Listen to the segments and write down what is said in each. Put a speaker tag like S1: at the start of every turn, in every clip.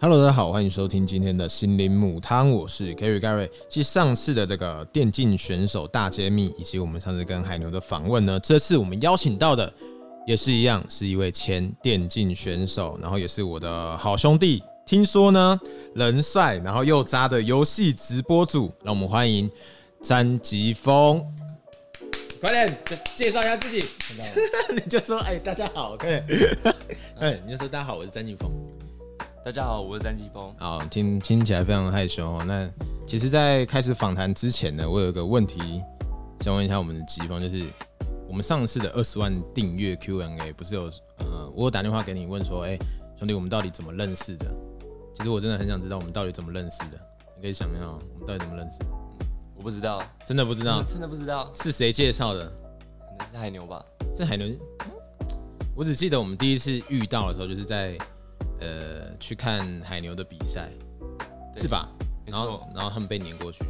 S1: Hello，大家好，欢迎收听今天的心灵母汤，我是 Gary 盖瑞。继上次的这个电竞选手大揭秘，以及我们上次跟海牛的访问呢，这次我们邀请到的也是一样，是一位前电竞选手，然后也是我的好兄弟。听说呢，人帅然后又渣的游戏直播主，让我们欢迎詹吉峰。快点介介绍一下自己， 你就说哎、大家好，对， 哎你就说大家好，我是詹吉峰。
S2: 大家好，我是詹继峰。
S1: 好，啊听听起来非常害羞哦。那其实，在开始访谈之前呢，我有一个问题想问一下我们的吉峰，就是我们上次的二十万订阅 Q&A 不是有呃，我有打电话给你问说，哎、兄弟，我们到底怎么认识的？其实我真的很想知道我们到底怎么认识的。你可以想一下，哦我们到底怎么认识的？
S2: 我不知道，
S1: 真的不知
S2: 真的
S1: 道
S2: 真的不知道，
S1: 是谁介绍的？
S2: 可能是海牛吧。
S1: 是海伦。我只记得我们第一次遇到的时候，就是在呃去看海牛的比赛，
S2: 对
S1: 是吧？
S2: 没
S1: 然后
S2: 错
S1: 然后他们被碾过去。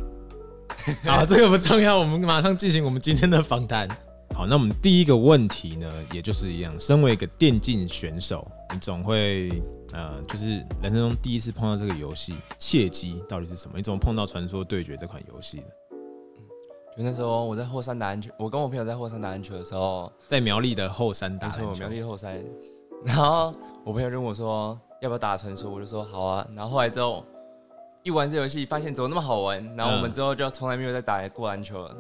S1: 好，这个不重要，我们马上进行我们今天的访谈。好，那我们第一个问题呢，也就是一样，身为一个电竞选手，你总会呃，就是人生中第一次碰到这个游戏，契机到底是什么？你怎么碰到《传说对决》这款游戏的？
S2: 就那时候我在后山打篮球，我跟我朋友在后山打篮球的时候，
S1: 在苗栗的后山打
S2: 没错，
S1: 篮
S2: 我
S1: 球
S2: 苗栗后山。然后我朋友就问我说要不要打传说，我就说好啊。然后后来之后一玩这游戏，发现怎么那么好玩，然后我们
S1: 嗯
S2: 之后就从来没有再打过 篮球了，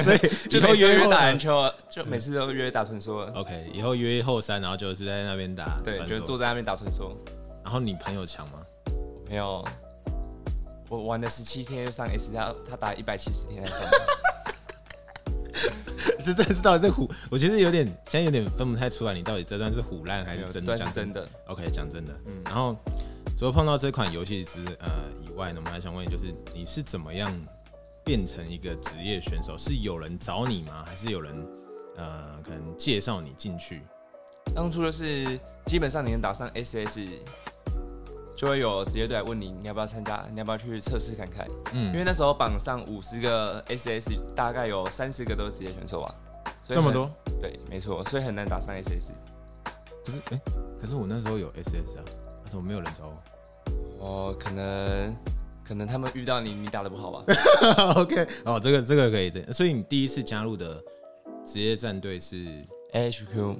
S1: 所以
S2: 就
S1: 以后
S2: 每次都
S1: 约
S2: 约
S1: 后
S2: 打
S1: 山
S2: 篮球了，就每次都约打传说了。
S1: OK，以后约后山，然后就是在那边打
S2: 对，
S1: 哦传
S2: 就
S1: 说
S2: 是坐在那边打传说。
S1: 然后你朋友强吗？
S2: 我朋友，我玩了十七天又上 S，他他打一百七十天才上。
S1: 这这是到底这虎，我其实有点现在有点分不太出来，你到底这段是虎烂还是真
S2: 对
S1: 的？
S2: 是
S1: 讲
S2: 真的。嗯
S1: OK，讲真的，然后除了碰到这款游戏之呃以外呢，我们还想问，就是你是怎么样变成一个职业选手？是有人找你吗？还是有人呃可能介绍你进去？
S2: 当初就是基本上你能打上 SS，就会有职业队来问你你要不要参加，你要不要去测试看看。因
S1: 嗯，
S2: 为那时候榜上五十个 SS，大概有三十个都是职业选手啊。所以
S1: 这么
S2: 很？
S1: 多
S2: 对，没错，所以很难打上 SS。
S1: 可是哎、可是我那时候有 SS 啊，啊怎么没有人找我？
S2: 哦，可能可能他们遇到你，你打的不好 吧？
S1: OK，哦，这个这个可以这，所以你第一次加入的职业战队是，
S2: 哎 HQ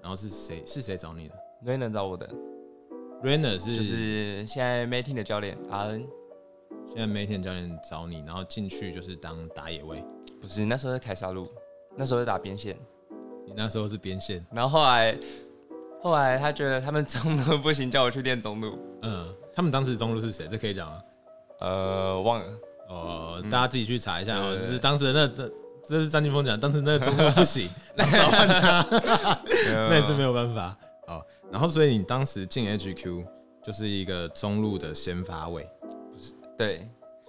S1: 然后是谁是谁找你的
S2: r a n 找我的，
S1: ？Rainer 是
S2: 就是现在 Mating 的教练 RN，
S1: 现在 m a t i n 教练找你，然后进去就是当打野位，
S2: 不是那时候在凯撒路，那时候在打边线。
S1: 你那时候是边线，
S2: 然后后来，后来他觉得他们中路不行，叫我去练中路。
S1: 嗯，他们当时中路是谁？这可以讲吗？
S2: 呃，忘了，
S1: 哦，大家自己去查一下哦，
S2: 嗯对
S1: 就
S2: 对
S1: 是当时的那这这是张金峰讲，当时那个中路不 行，然后找换他，
S2: 嗯
S1: 那也
S2: 呃
S1: 是没有办法。好，然后所以你当时进 HQ 就是一个中路的先发位，
S2: 对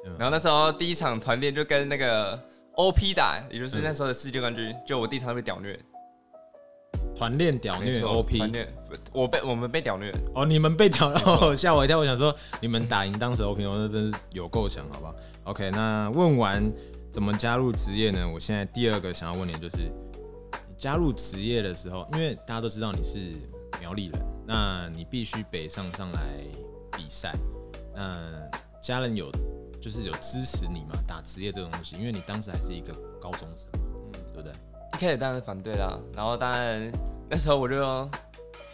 S1: 嗯。
S2: 然后那时候第一场团练就跟那个 OP 打，
S1: 嗯
S2: 也就是那时候的世界冠军，就我第一场被屌虐，
S1: 团练屌
S2: 没
S1: 虐
S2: 错
S1: OP，
S2: 团练，不我被我们被屌虐，
S1: 哦，你们被挑，哦，吓我一跳。我想说，你们打赢当时 OP，那真是有够强，好不好？OK，那问完怎么加入职业呢？我现在第二个想要问你的就是，你加入职业的时候，因为大家都知道你是苗栗人，那你必须北上上来比赛，那家人有就是有支持你嘛？打职业这种东西，因为你当时还是一个高中生嘛，对不对？
S2: 一开始当然反对啦，然后当然那时候我就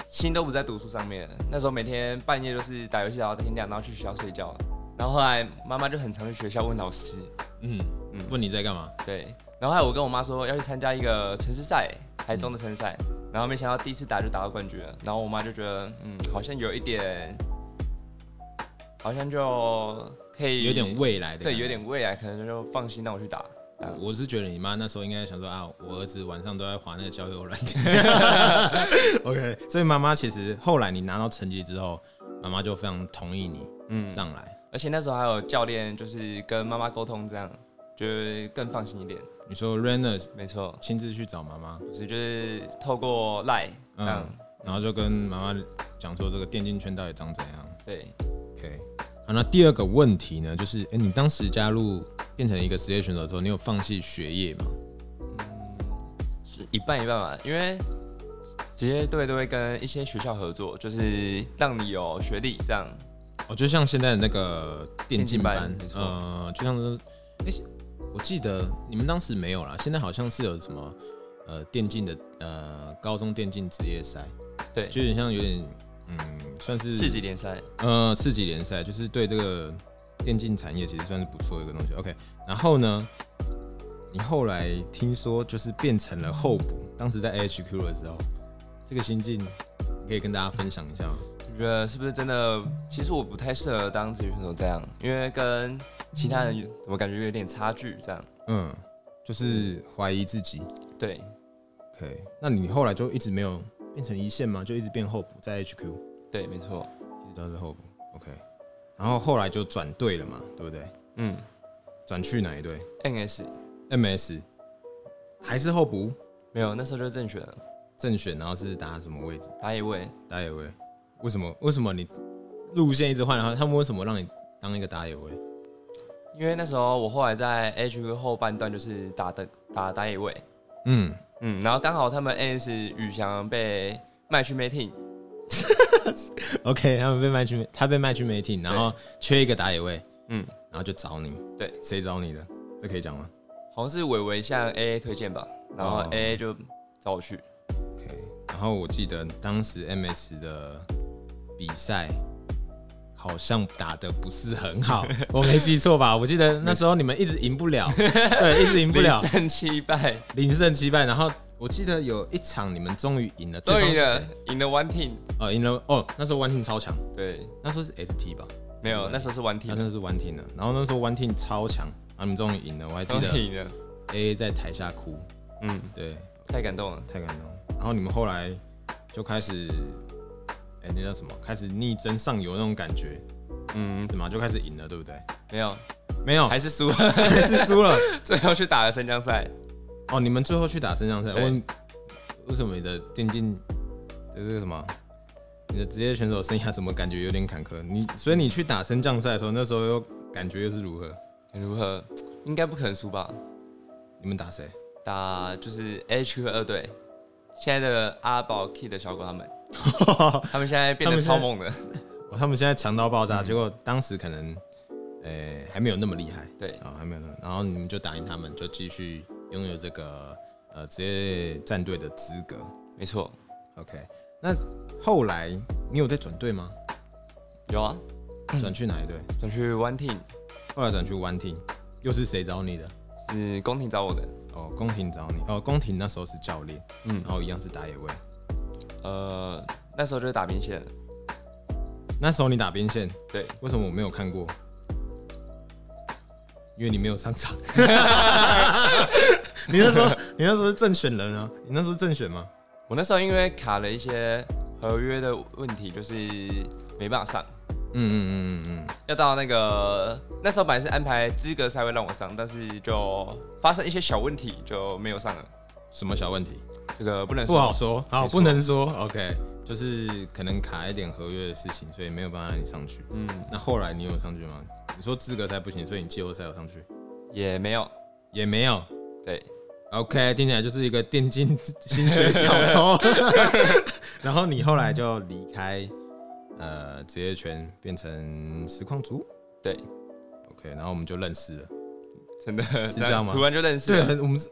S2: 心都不在读书上面了，那时候每天半夜就是打游戏打到天亮，然后去学校睡觉，然后后来妈妈就很常去学校问老师，
S1: 嗯
S2: 嗯
S1: 问你在干嘛？
S2: 对，然后还有我跟我妈说要去参加一个城市赛，台中的城市赛，然后没想到第一次打就打到冠军了，然后我妈就觉得，嗯，好像有一点，好像就可以
S1: 有点，未来的感
S2: 对，
S1: 觉，
S2: 有点未来，可能就放心让我去打。这样
S1: 我是觉得你妈那时候应该想说啊，我儿子晚上都在划那个交友软件。OK，所以妈妈其实后来你拿到成绩之后，妈妈就非常同意你
S2: 嗯，
S1: 上来。
S2: 而且那时候还有教练，就是跟妈妈沟通，这样就更放心一点。
S1: 你说 Rainer
S2: 没错，
S1: 亲自去找妈妈，
S2: 不是就是透过赖这样，
S1: 嗯然后就跟妈妈讲说这个电竞圈到底长怎样。
S2: 对，
S1: OK，好，那第二个问题呢，就是哎、诶你当时加入变成一个职业选手之后，你有放弃学业吗？
S2: 是一半一半吧，因为职业队都会跟一些学校合作，就是让你有学历这样。
S1: 哦，就像现在的那个电竞
S2: 电
S1: 班
S2: 竞班没，错
S1: 呃，就像是，诶，我记得你们当时没有啦，现在好像是有什么呃电竞的呃高中电竞职业赛，
S2: 对
S1: 就有点像有点嗯，算是
S2: 刺激联赛，
S1: 呃四级联赛，就是对这个电竞产业其实算是不错的一个东西。OK，然后呢，你后来听说就是变成了候补，当时在 AHQ 的时候，这个心境你可以跟大家分享一下吗？
S2: 我觉得是不是真的？其实我不太适合当职业选手这样，因为跟其他人我感觉有点差距这样。
S1: 嗯，就是怀疑自己。
S2: 对，
S1: OK，那你后来就一直没有变成一线吗？就一直变候补，在 HQ
S2: 对，没错。
S1: 一直都是候补。OK，然后后来就转队了嘛，对不对？
S2: 嗯
S1: 转去哪一队
S2: ，NS
S1: ？MS 还是候补
S2: 没有，那时候就是正选了，
S1: 正选，然后是打什么位置？
S2: 打野位。
S1: 打野位？为什么？为什么你路线一直换？然后他们为什么让你当一个打野位？
S2: 因为那时候我后来在 H 后半段就是打的打打野位，
S1: 嗯，
S2: 嗯，然后刚好他们 NS 宇翔被卖去 Mating，
S1: OK，他们被卖去，他被卖去媒体，然后缺一个打野位，
S2: 嗯，
S1: 然后就找你。
S2: 对，
S1: 谁找你的？这可以讲吗
S2: 好像是伟伟向 AA 推荐吧，然后
S1: 哦
S2: AA 就找我去，
S1: ？OK。然后我记得当时 MS 的比赛好像打得不是很 好，我没记错吧？我记得那时候你们一直赢不了，对，一直赢不 了，
S2: 三七败，
S1: 零胜七败。然后我记得有一场你们终于赢了，
S2: 终
S1: 对方
S2: 于
S1: 是
S2: 了
S1: 谁，
S2: 赢了 One Team，
S1: 哦，赢了哦。那时候 One Team 超强，
S2: 对，
S1: 那时候是 ST 吧？
S2: 没有，那时候是 One
S1: 那
S2: Team，
S1: 真的是 One Team 了。然后那时候 One Team 超强，然后你们终于赢了，我还记
S2: 终
S1: 得。
S2: 于赢了，
S1: A A 在台下哭，
S2: 嗯，
S1: 对，
S2: 太感动了，
S1: 太感动了。然后你们后来就开始，哎、那叫什么？开始逆增上游那种感觉，
S2: 嗯，
S1: 是吗？就开始赢了，对不对？
S2: 没有，
S1: 没有，还
S2: 还是输了，
S1: 是输了。
S2: 最后去打了升降赛，
S1: 哦，你们最后去打升降赛，
S2: 对
S1: 问为什么你的电竞这是什么？你的职业选手生涯怎么感觉有点坎坷？你所以你去打升降赛的时候，那时候又感觉又是如何？
S2: 哎如何？应该不可能输吧？
S1: 你们打谁？
S2: 打就是 H 和二队，现在的阿宝 Key 的小狗 他们，他们现在变得超猛的，
S1: 哦，他们现在强到爆
S2: 嗯
S1: 炸，结果当时可能，呃、还没有那么厉害，
S2: 对
S1: 啊、还没有那么，然后你们就打赢他们，就继续拥有这个呃职业战队的资格。
S2: 没错，
S1: OK，那后来你有在转队吗？
S2: 有啊，
S1: 转去哪一队？
S2: 想去 One Team
S1: 后来转去 One Team，又是谁找你的？
S2: 是宫廷找我的，
S1: 哦，宫廷找你。哦，宫廷那时候是教练，
S2: 嗯
S1: 然后一样是打野位。
S2: 呃，那时候就是打兵线，
S1: 那时候你打边线，
S2: 对，
S1: 为什么我没有看过？因为你没有上场。你那时候，你那时候是正选人啊？你那时候是正选吗？
S2: 我那时候因为卡了一些合约的问题，就是没办法上，
S1: 嗯嗯嗯嗯
S2: 要到那个那时候本来是安排资格赛会让我上，但是就发生一些小问题就没有上了，
S1: 嗯，什么小问题？
S2: 这个不能
S1: 不
S2: 说，
S1: 好说，好
S2: 没错
S1: 不能说。OK，就是可能卡一点合约的事情，所以没有办法让你上去。
S2: 嗯，
S1: 那后来你有上去吗？你说资格赛不行，所以你季后赛有上去
S2: 也没有，
S1: 也没有。
S2: 对，
S1: OK，听起来就是一个电竞薪水小 偷。然后你后来就离开呃职业圈，变成实况组。
S2: 对。
S1: OK，然后我们就认识了。
S2: 真 的是
S1: 这样吗
S2: 突然就认识
S1: 对，
S2: 了，
S1: 很我们是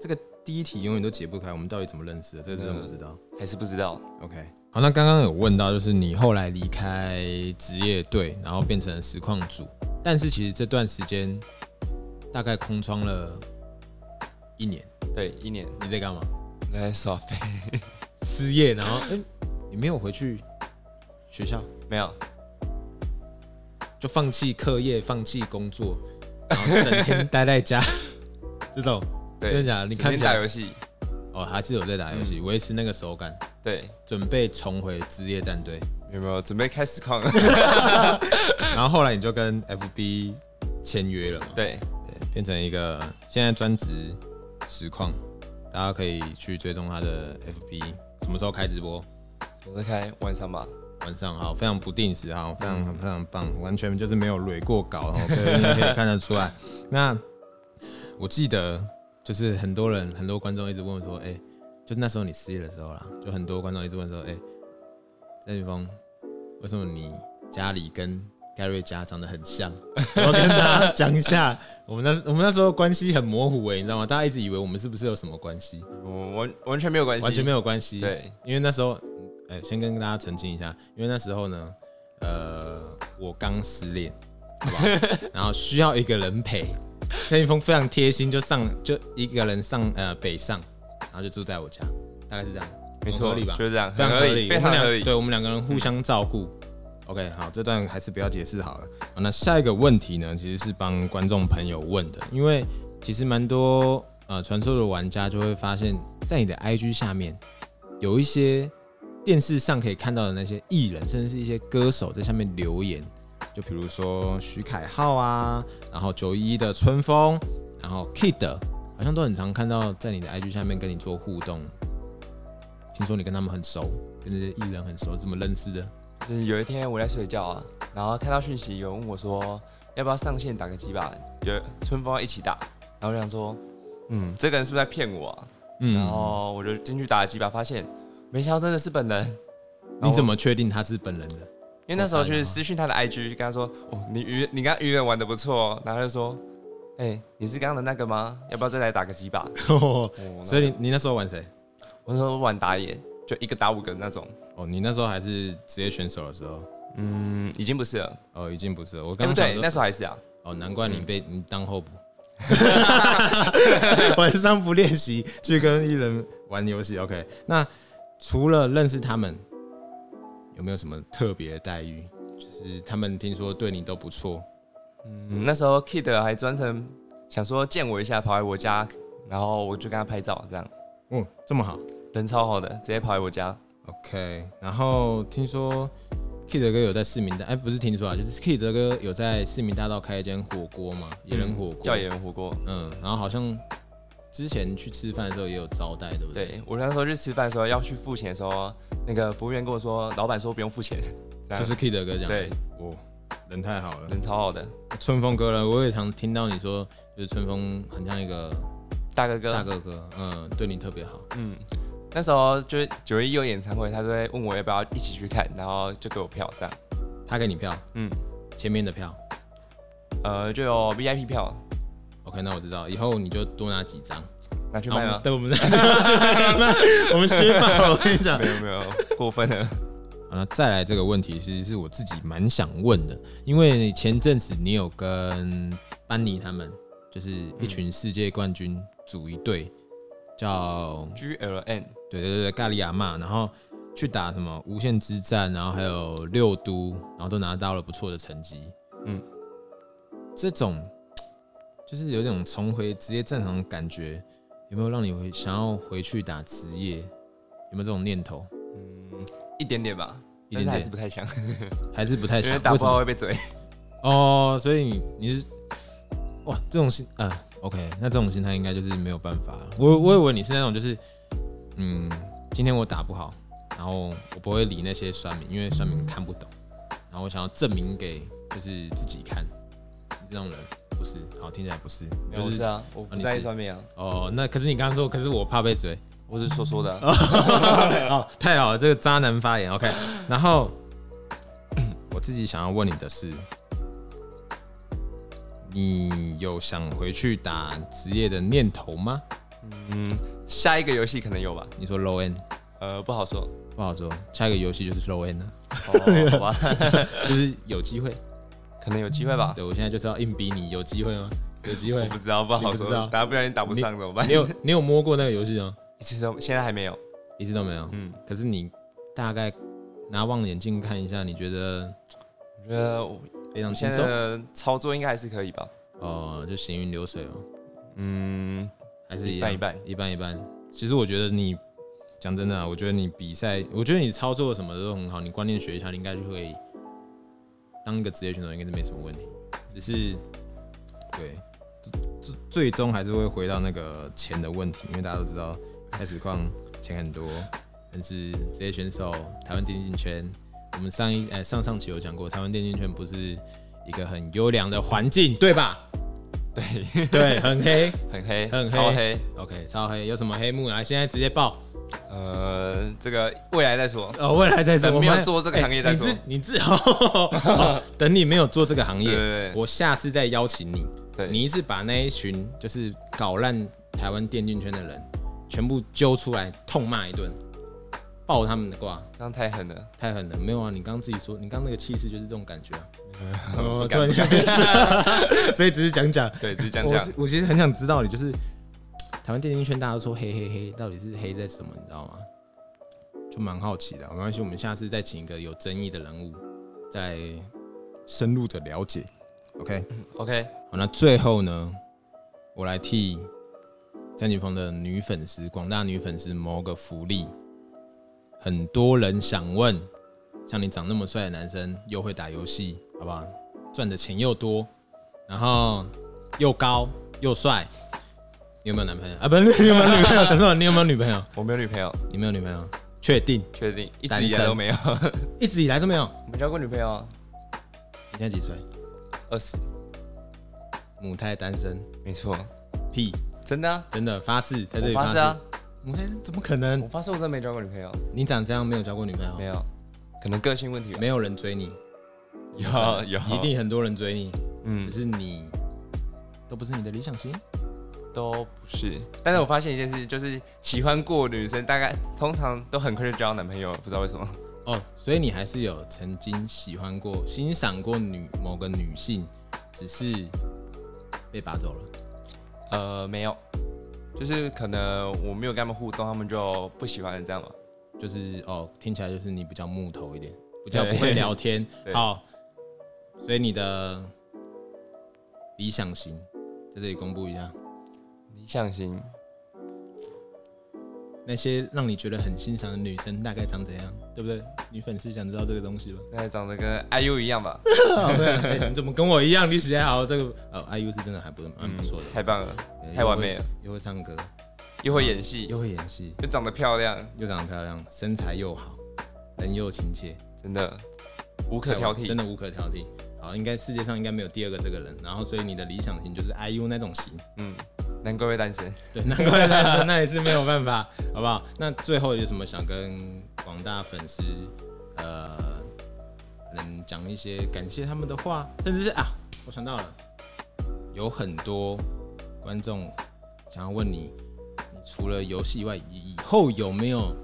S1: 这个第一题永远都解不开，我们到底怎么认识的？这个真的不知道。
S2: 还是不知道。
S1: OK，好，那刚刚有问到，就是你后来离开职业队，然后变成实况组，但是其实这段时间大概空窗了一年，
S2: 对，一年
S1: 你在干嘛？
S2: 来耍飞，
S1: 失业，然后哎、你没有回去学校，
S2: 没有，
S1: 就放弃课业，放弃工作，然后整天待在家，这种
S2: 对，
S1: 真的假的你
S2: 整
S1: 看
S2: 天
S1: 起来
S2: 打游戏，
S1: 哦还是有在打游戏，维、持那个手感，
S2: 对，
S1: 准备重回职业战队。
S2: 有没有准备开始抗？
S1: 然后后来你就跟 FB 签约了嘛，
S2: 对，
S1: 对，变成一个现在专职实况，大家可以去追踪他的 FB，什么时候开直播？
S2: 准备开晚上吧。
S1: 晚上好，非常不定时哈，非常非常棒，完全就是没有累过稿哦， 可以应该可以看得出来。那我记得就是很多人很多观众一直问我说，哎、就那时候你失业的时候啦，就很多观众一直问说，哎、郑宇峰，为什么你家里跟盖瑞家长得很像。 我要跟大家讲一下，我们那我们那时候关系很模糊哎、你知道吗？大家一直以为我们是不是有什么关系？
S2: 我完完全没有关系，
S1: 完全没
S2: 有。
S1: 有关系。
S2: 对，
S1: 因为那时候，呃，先跟大家澄清一下，因为那时候呢，呃，我刚失恋，好 不好然后需要一个人陪。陈一峰非常贴心，就上就一个人上呃北上，然后就住在我家，大概是这样，
S2: 没
S1: 很合
S2: 错，
S1: 理吧？
S2: 就是这样，
S1: 非常
S2: 很
S1: 合
S2: 合
S1: 理，
S2: 理，非常
S1: 我们两
S2: 合理。
S1: 对我们两个人互相照顾。OK，好，这段还是不要解释好了。好那下一个问题呢，其实是帮观众朋友问的，因为其实蛮多呃传说的玩家就会发现，在你的 IG 下面有一些电视上可以看到的那些艺人，甚至是一些歌手在下面留言，就比如说徐凯浩啊，然后九一的春风，然后 Kid，好像都很常看到在你的 IG 下面跟你做互动。听说你跟他们很熟，跟这些艺人很熟，怎么认识的？
S2: 就是有一天我在睡觉啊，然后看到讯息有人问我说要不要上线打个鸡吧，有春风要一起打，然后我想说，嗯，这个人是不是在骗我啊？
S1: 嗯
S2: 然后我就进去打了鸡吧，发现没想到真的是本人。
S1: 你怎
S2: 么？
S1: 么确定他是本人的？
S2: 因为那时候去私讯他的 IG，跟他说：“哦，你鱼，你刚刚鱼人玩的不错哦。”然后他就说：“哎、你是刚刚的那个吗？要不要再来打个鸡吧？”
S1: 所以你哦你那时候玩谁？
S2: 我那时候玩打野，就一个打五个那种。
S1: 哦，你那时候还是职业选手的时候，
S2: 嗯，已经不是了。
S1: 哦，已经不是了。我
S2: 哎，
S1: 刚刚
S2: 不
S1: 想
S2: 对，
S1: 说
S2: 那时候还是啊。
S1: 哦，难怪你被你当 候补，晚上不练习去跟艺人玩游戏。OK，那除了认识他们，有没有什么特别的待遇？就是他们听说对你都不错，
S2: 嗯，那时候 Kid 还专程想说见我一下，跑来我家，然后我就跟他拍照，这样
S1: 嗯，这么好。
S2: 人超好的，直接跑来我家。
S1: OK，然后听说 Kid 哥有在市民大，哎，不是听说啊，就是 Kid 哥有在市民大道开一间火锅嘛，野人火锅，
S2: 叫野人火锅。
S1: 嗯，然后好像之前去吃饭的时候也有招待，对不对？
S2: 对我那时候去吃饭的时候要去付钱的时候，那个服务员跟我说，老板说不用付钱。 这样
S1: 就是 Kid 哥讲，
S2: 对，
S1: 哦，人太好了。
S2: 人超好的，
S1: 春风哥呢，我也常听到你说，就是春风很像一个
S2: 大哥哥。
S1: 大哥哥，嗯，对你特别好。
S2: 嗯，那时候就是九一有演唱会，他就会问我要不要一起去看，然后就给我票这样。
S1: 他给你票，
S2: 嗯，
S1: 前面的票。
S2: 呃，就有 VIP 票
S1: OK，那我知道，以后你就多拿几张。
S2: 拿去
S1: 好
S2: 卖吗？
S1: 对，我们 我们吃饭，我跟你讲
S2: 哦没，有没有，过分了。
S1: 好，那再来这个问题，其实是我自己蛮想问的，因为前阵子你有跟班尼他们，就是
S2: 嗯
S1: 一群世界冠军组一队，叫
S2: GLN
S1: 对对对咖喱亚嘛，然后去打什么无限之战，然后还有六都，然后都拿到了不错的成绩。嗯
S2: 嗯，
S1: 这种就是有一种重回职业战场的感觉，有没有让你回想要回去打职业？有没有这种念头？
S2: 一点点吧，
S1: 一点
S2: 但是还是
S1: 点
S2: 不太强，
S1: 还是不太
S2: 因
S1: 想
S2: 为，打
S1: 为
S2: 不
S1: 什么
S2: 好会被嘴。
S1: 哦，所以你你是哇这种心啊、OK，那这种心态应该就是没有办法了。我我以为你是那种就是，嗯，今天我打不好，然后我不会理那些酸民，因为酸民看不懂，然后我想要证明给就是自己看，你这种人不是，好听起来不是，
S2: 没有
S1: 就
S2: 我是
S1: 是
S2: 啊，我不在意上面啊，
S1: 哦，那可是你刚刚说，可是我怕被追，
S2: 我只是说说的啊。
S1: 哦，太好了，这个渣男发言 OK。然后 我自己想要问你的是，你有想回去打职业的念头吗？
S2: 下一个游戏可能有吧，
S1: 你说 low end
S2: 呃，不好说。
S1: 不好说，下一个游戏就是 low end 了、
S2: 哦，好吧，
S1: 就是有机会。
S2: 可能有机会吧，
S1: 对我现在就是要硬逼你，有机会吗？有机
S2: 我
S1: 会
S2: 不。知道，不
S1: 你
S2: 好
S1: 不知道
S2: 说。打不小心打不上怎么办
S1: 你？有你有摸过那个游戏吗？
S2: 一次都现在还没有。
S1: 一次都没有。
S2: 嗯，
S1: 可是你大概拿望远镜看一下，你觉得
S2: 我觉得我
S1: 非常轻
S2: 现在
S1: 松
S2: 的操作应该还是可以吧。
S1: 哦，就行云流水哦。
S2: 嗯，
S1: 还是一
S2: 一
S1: 样
S2: 半一半
S1: 一半一半。其实我觉得你讲真的、啊，我觉得你比赛，我觉得你操作什么的都很好，你观念学一下，你应该就可以当一个职业选手，应该是没什么问题。只是对，最最终还是会回到那个钱的问题，因为大家都知道开始况钱很多，但是职业选手台湾电竞圈，我们上一呃上上期有讲过，台湾电竞圈不是一个很优良的环境，对吧？
S2: 对，
S1: 对，很黑。
S2: 很黑，
S1: 很黑
S2: 超黑。
S1: OK，超黑，有什么黑幕来？现在直接报。
S2: 呃，这个未来再说。
S1: 呃，未来再说。
S2: 等
S1: 我
S2: 没有
S1: 们
S2: 做这个
S1: 哎
S2: 行业再说
S1: 你自你自哦，等你没有做这个行
S2: 对
S1: 业，
S2: 对对，
S1: 我下次再邀请你。
S2: 对
S1: 你一次把那一群就是搞烂台湾电竞圈的人全部揪出来，痛骂一顿，爆他们的瓜。
S2: 这样太狠了。
S1: 太狠了，没有啊！你刚刚自己说，你刚刚那个气势就是这种感 觉啊。
S2: 不
S1: 哦，
S2: 敢
S1: 对， 所以只是讲讲。
S2: 对， 就是这样
S1: 我
S2: 讲
S1: 是。我其实很想知道你，就是台湾电竞圈大家都说黑黑黑，到底是黑在什么？你知道吗？就蛮好奇的。没关系，我们下次再请一个有争议的人物，再深入的了解。OK，
S2: OK，
S1: 好，那最后呢，我来替詹景峰的女粉丝、广大女粉丝谋个福利。很多人想问，像你长那么帅的男生，又会打游戏，好不好？赚的钱又多，然后又高又帅，你有没有男朋友啊？不，是，你有没有女朋友？讲错了，你有没有女朋友？
S2: 我没有女朋友，
S1: 你没有女朋友？确定？
S2: 确定一
S1: 单
S2: 直以来
S1: 身
S2: 都没有。
S1: 一直以来都没有。
S2: 没交过女朋友啊，
S1: 你现在几岁？
S2: 二十，
S1: 母胎单身？
S2: 没错，
S1: 屁！
S2: 真的啊，
S1: 真的发誓，在这
S2: 我
S1: 里
S2: 发
S1: 誓
S2: 誓啊，，
S1: 母胎怎么可能
S2: 我？发誓我真的没交过女朋友，
S1: 你长这样没有交过女朋友？
S2: 没有，可能个性问题吧。
S1: 没有人追你，
S2: 有有，
S1: 一定很多人追你，只
S2: 嗯，
S1: 是你都不是你的理想型。
S2: 都不是。但是我发现一件事，就是喜欢过的女生，大概通常都很快就交到男朋友，不知道为什么。
S1: 哦，所以你还是有曾经喜欢过、欣赏过女某个女性，只是被拔走了。
S2: 呃，没有，就是可能我没有跟他们互动，他们就不喜欢这样吧。
S1: 就是哦，听起来就是你比较木头一点，比较
S2: 对
S1: 不会聊天。
S2: 对
S1: 好，所以你的理想型在这里公布一下，
S2: 理想型，
S1: 那些让你觉得很欣赏的女生大概长怎样，对不对？女粉丝想知道这个东西吧？
S2: 那长得跟 IU 一样吧？
S1: 哦对哎你怎么跟我一样？你写好这个哦，IU 是真的还不蛮
S2: 嗯
S1: 不错的，
S2: 太棒了，
S1: 对
S2: 嗯太完美了，
S1: 又会又会唱歌，
S2: 又会演戏，
S1: 又会演戏，
S2: 又长得漂亮，
S1: 又长得漂亮，身材又好，人又亲切，
S2: 真的无可挑剔
S1: 真。的无可挑剔。好，应该世界上应该没有第二个这个人。然后，所以你的理想型就是 IU 那种型，
S2: 嗯，难怪会单身。
S1: 对，难怪单身，那也是没有办法，好不好？那最后有什么想跟广大粉丝，呃，可能讲一些感谢他们的话，甚至是啊，我想到了，有很多观众想要问你，你除了游戏以外，以后有没有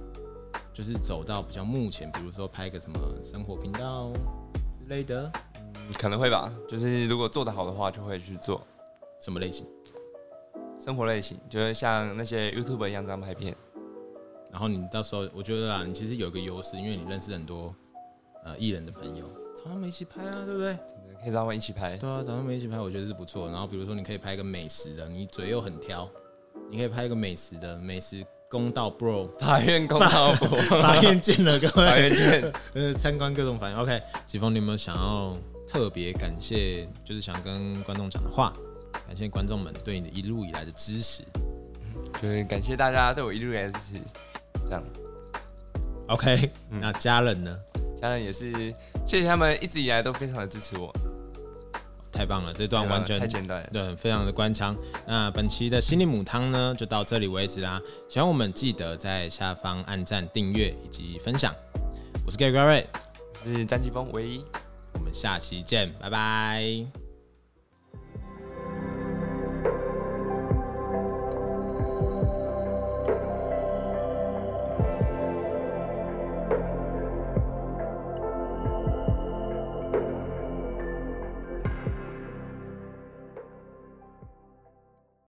S1: 就是走到比较目前，比如说拍个什么生活频道之类的，
S2: 嗯可能会吧，就是如果做得好的话，就会去做
S1: 什么类型？
S2: 生活类型，就是像那些 YouTube 一样这样拍片。
S1: 然后你到时候，我觉得啊，你其实有一个优势，因为你认识很多呃艺人的朋友，找他们一起拍啊，对不对？
S2: 可以找他们一起拍。
S1: 对啊，找他们一起拍，我觉得是不错。然后比如说，你可以拍一个美食的，你嘴又很挑，你可以拍一个美食的，美食公道 bro，
S2: 法院公道博，
S1: 法院见了各
S2: 法
S1: 位，
S2: 院见。
S1: 呃，参观各种反应。OK，季峰，你有没有想要特别感谢，就是想跟观众讲的话？感谢观众们对你的一路以来的支持。
S2: 就是感谢大家对我一路以来的支持，这样
S1: OK，、
S2: 嗯
S1: 那家人呢？
S2: 家人也是谢谢他们一直以来都非常的支持我。
S1: 太棒了，这段完全
S2: 太简单了，
S1: 对，非常的官腔。那本期的心灵母汤呢，就到这里为止啦。喜欢我们，记得在下方按赞、订阅以及分享。我是 Gary Gary，
S2: 是詹继峰唯一。
S1: 我们下期见，拜拜。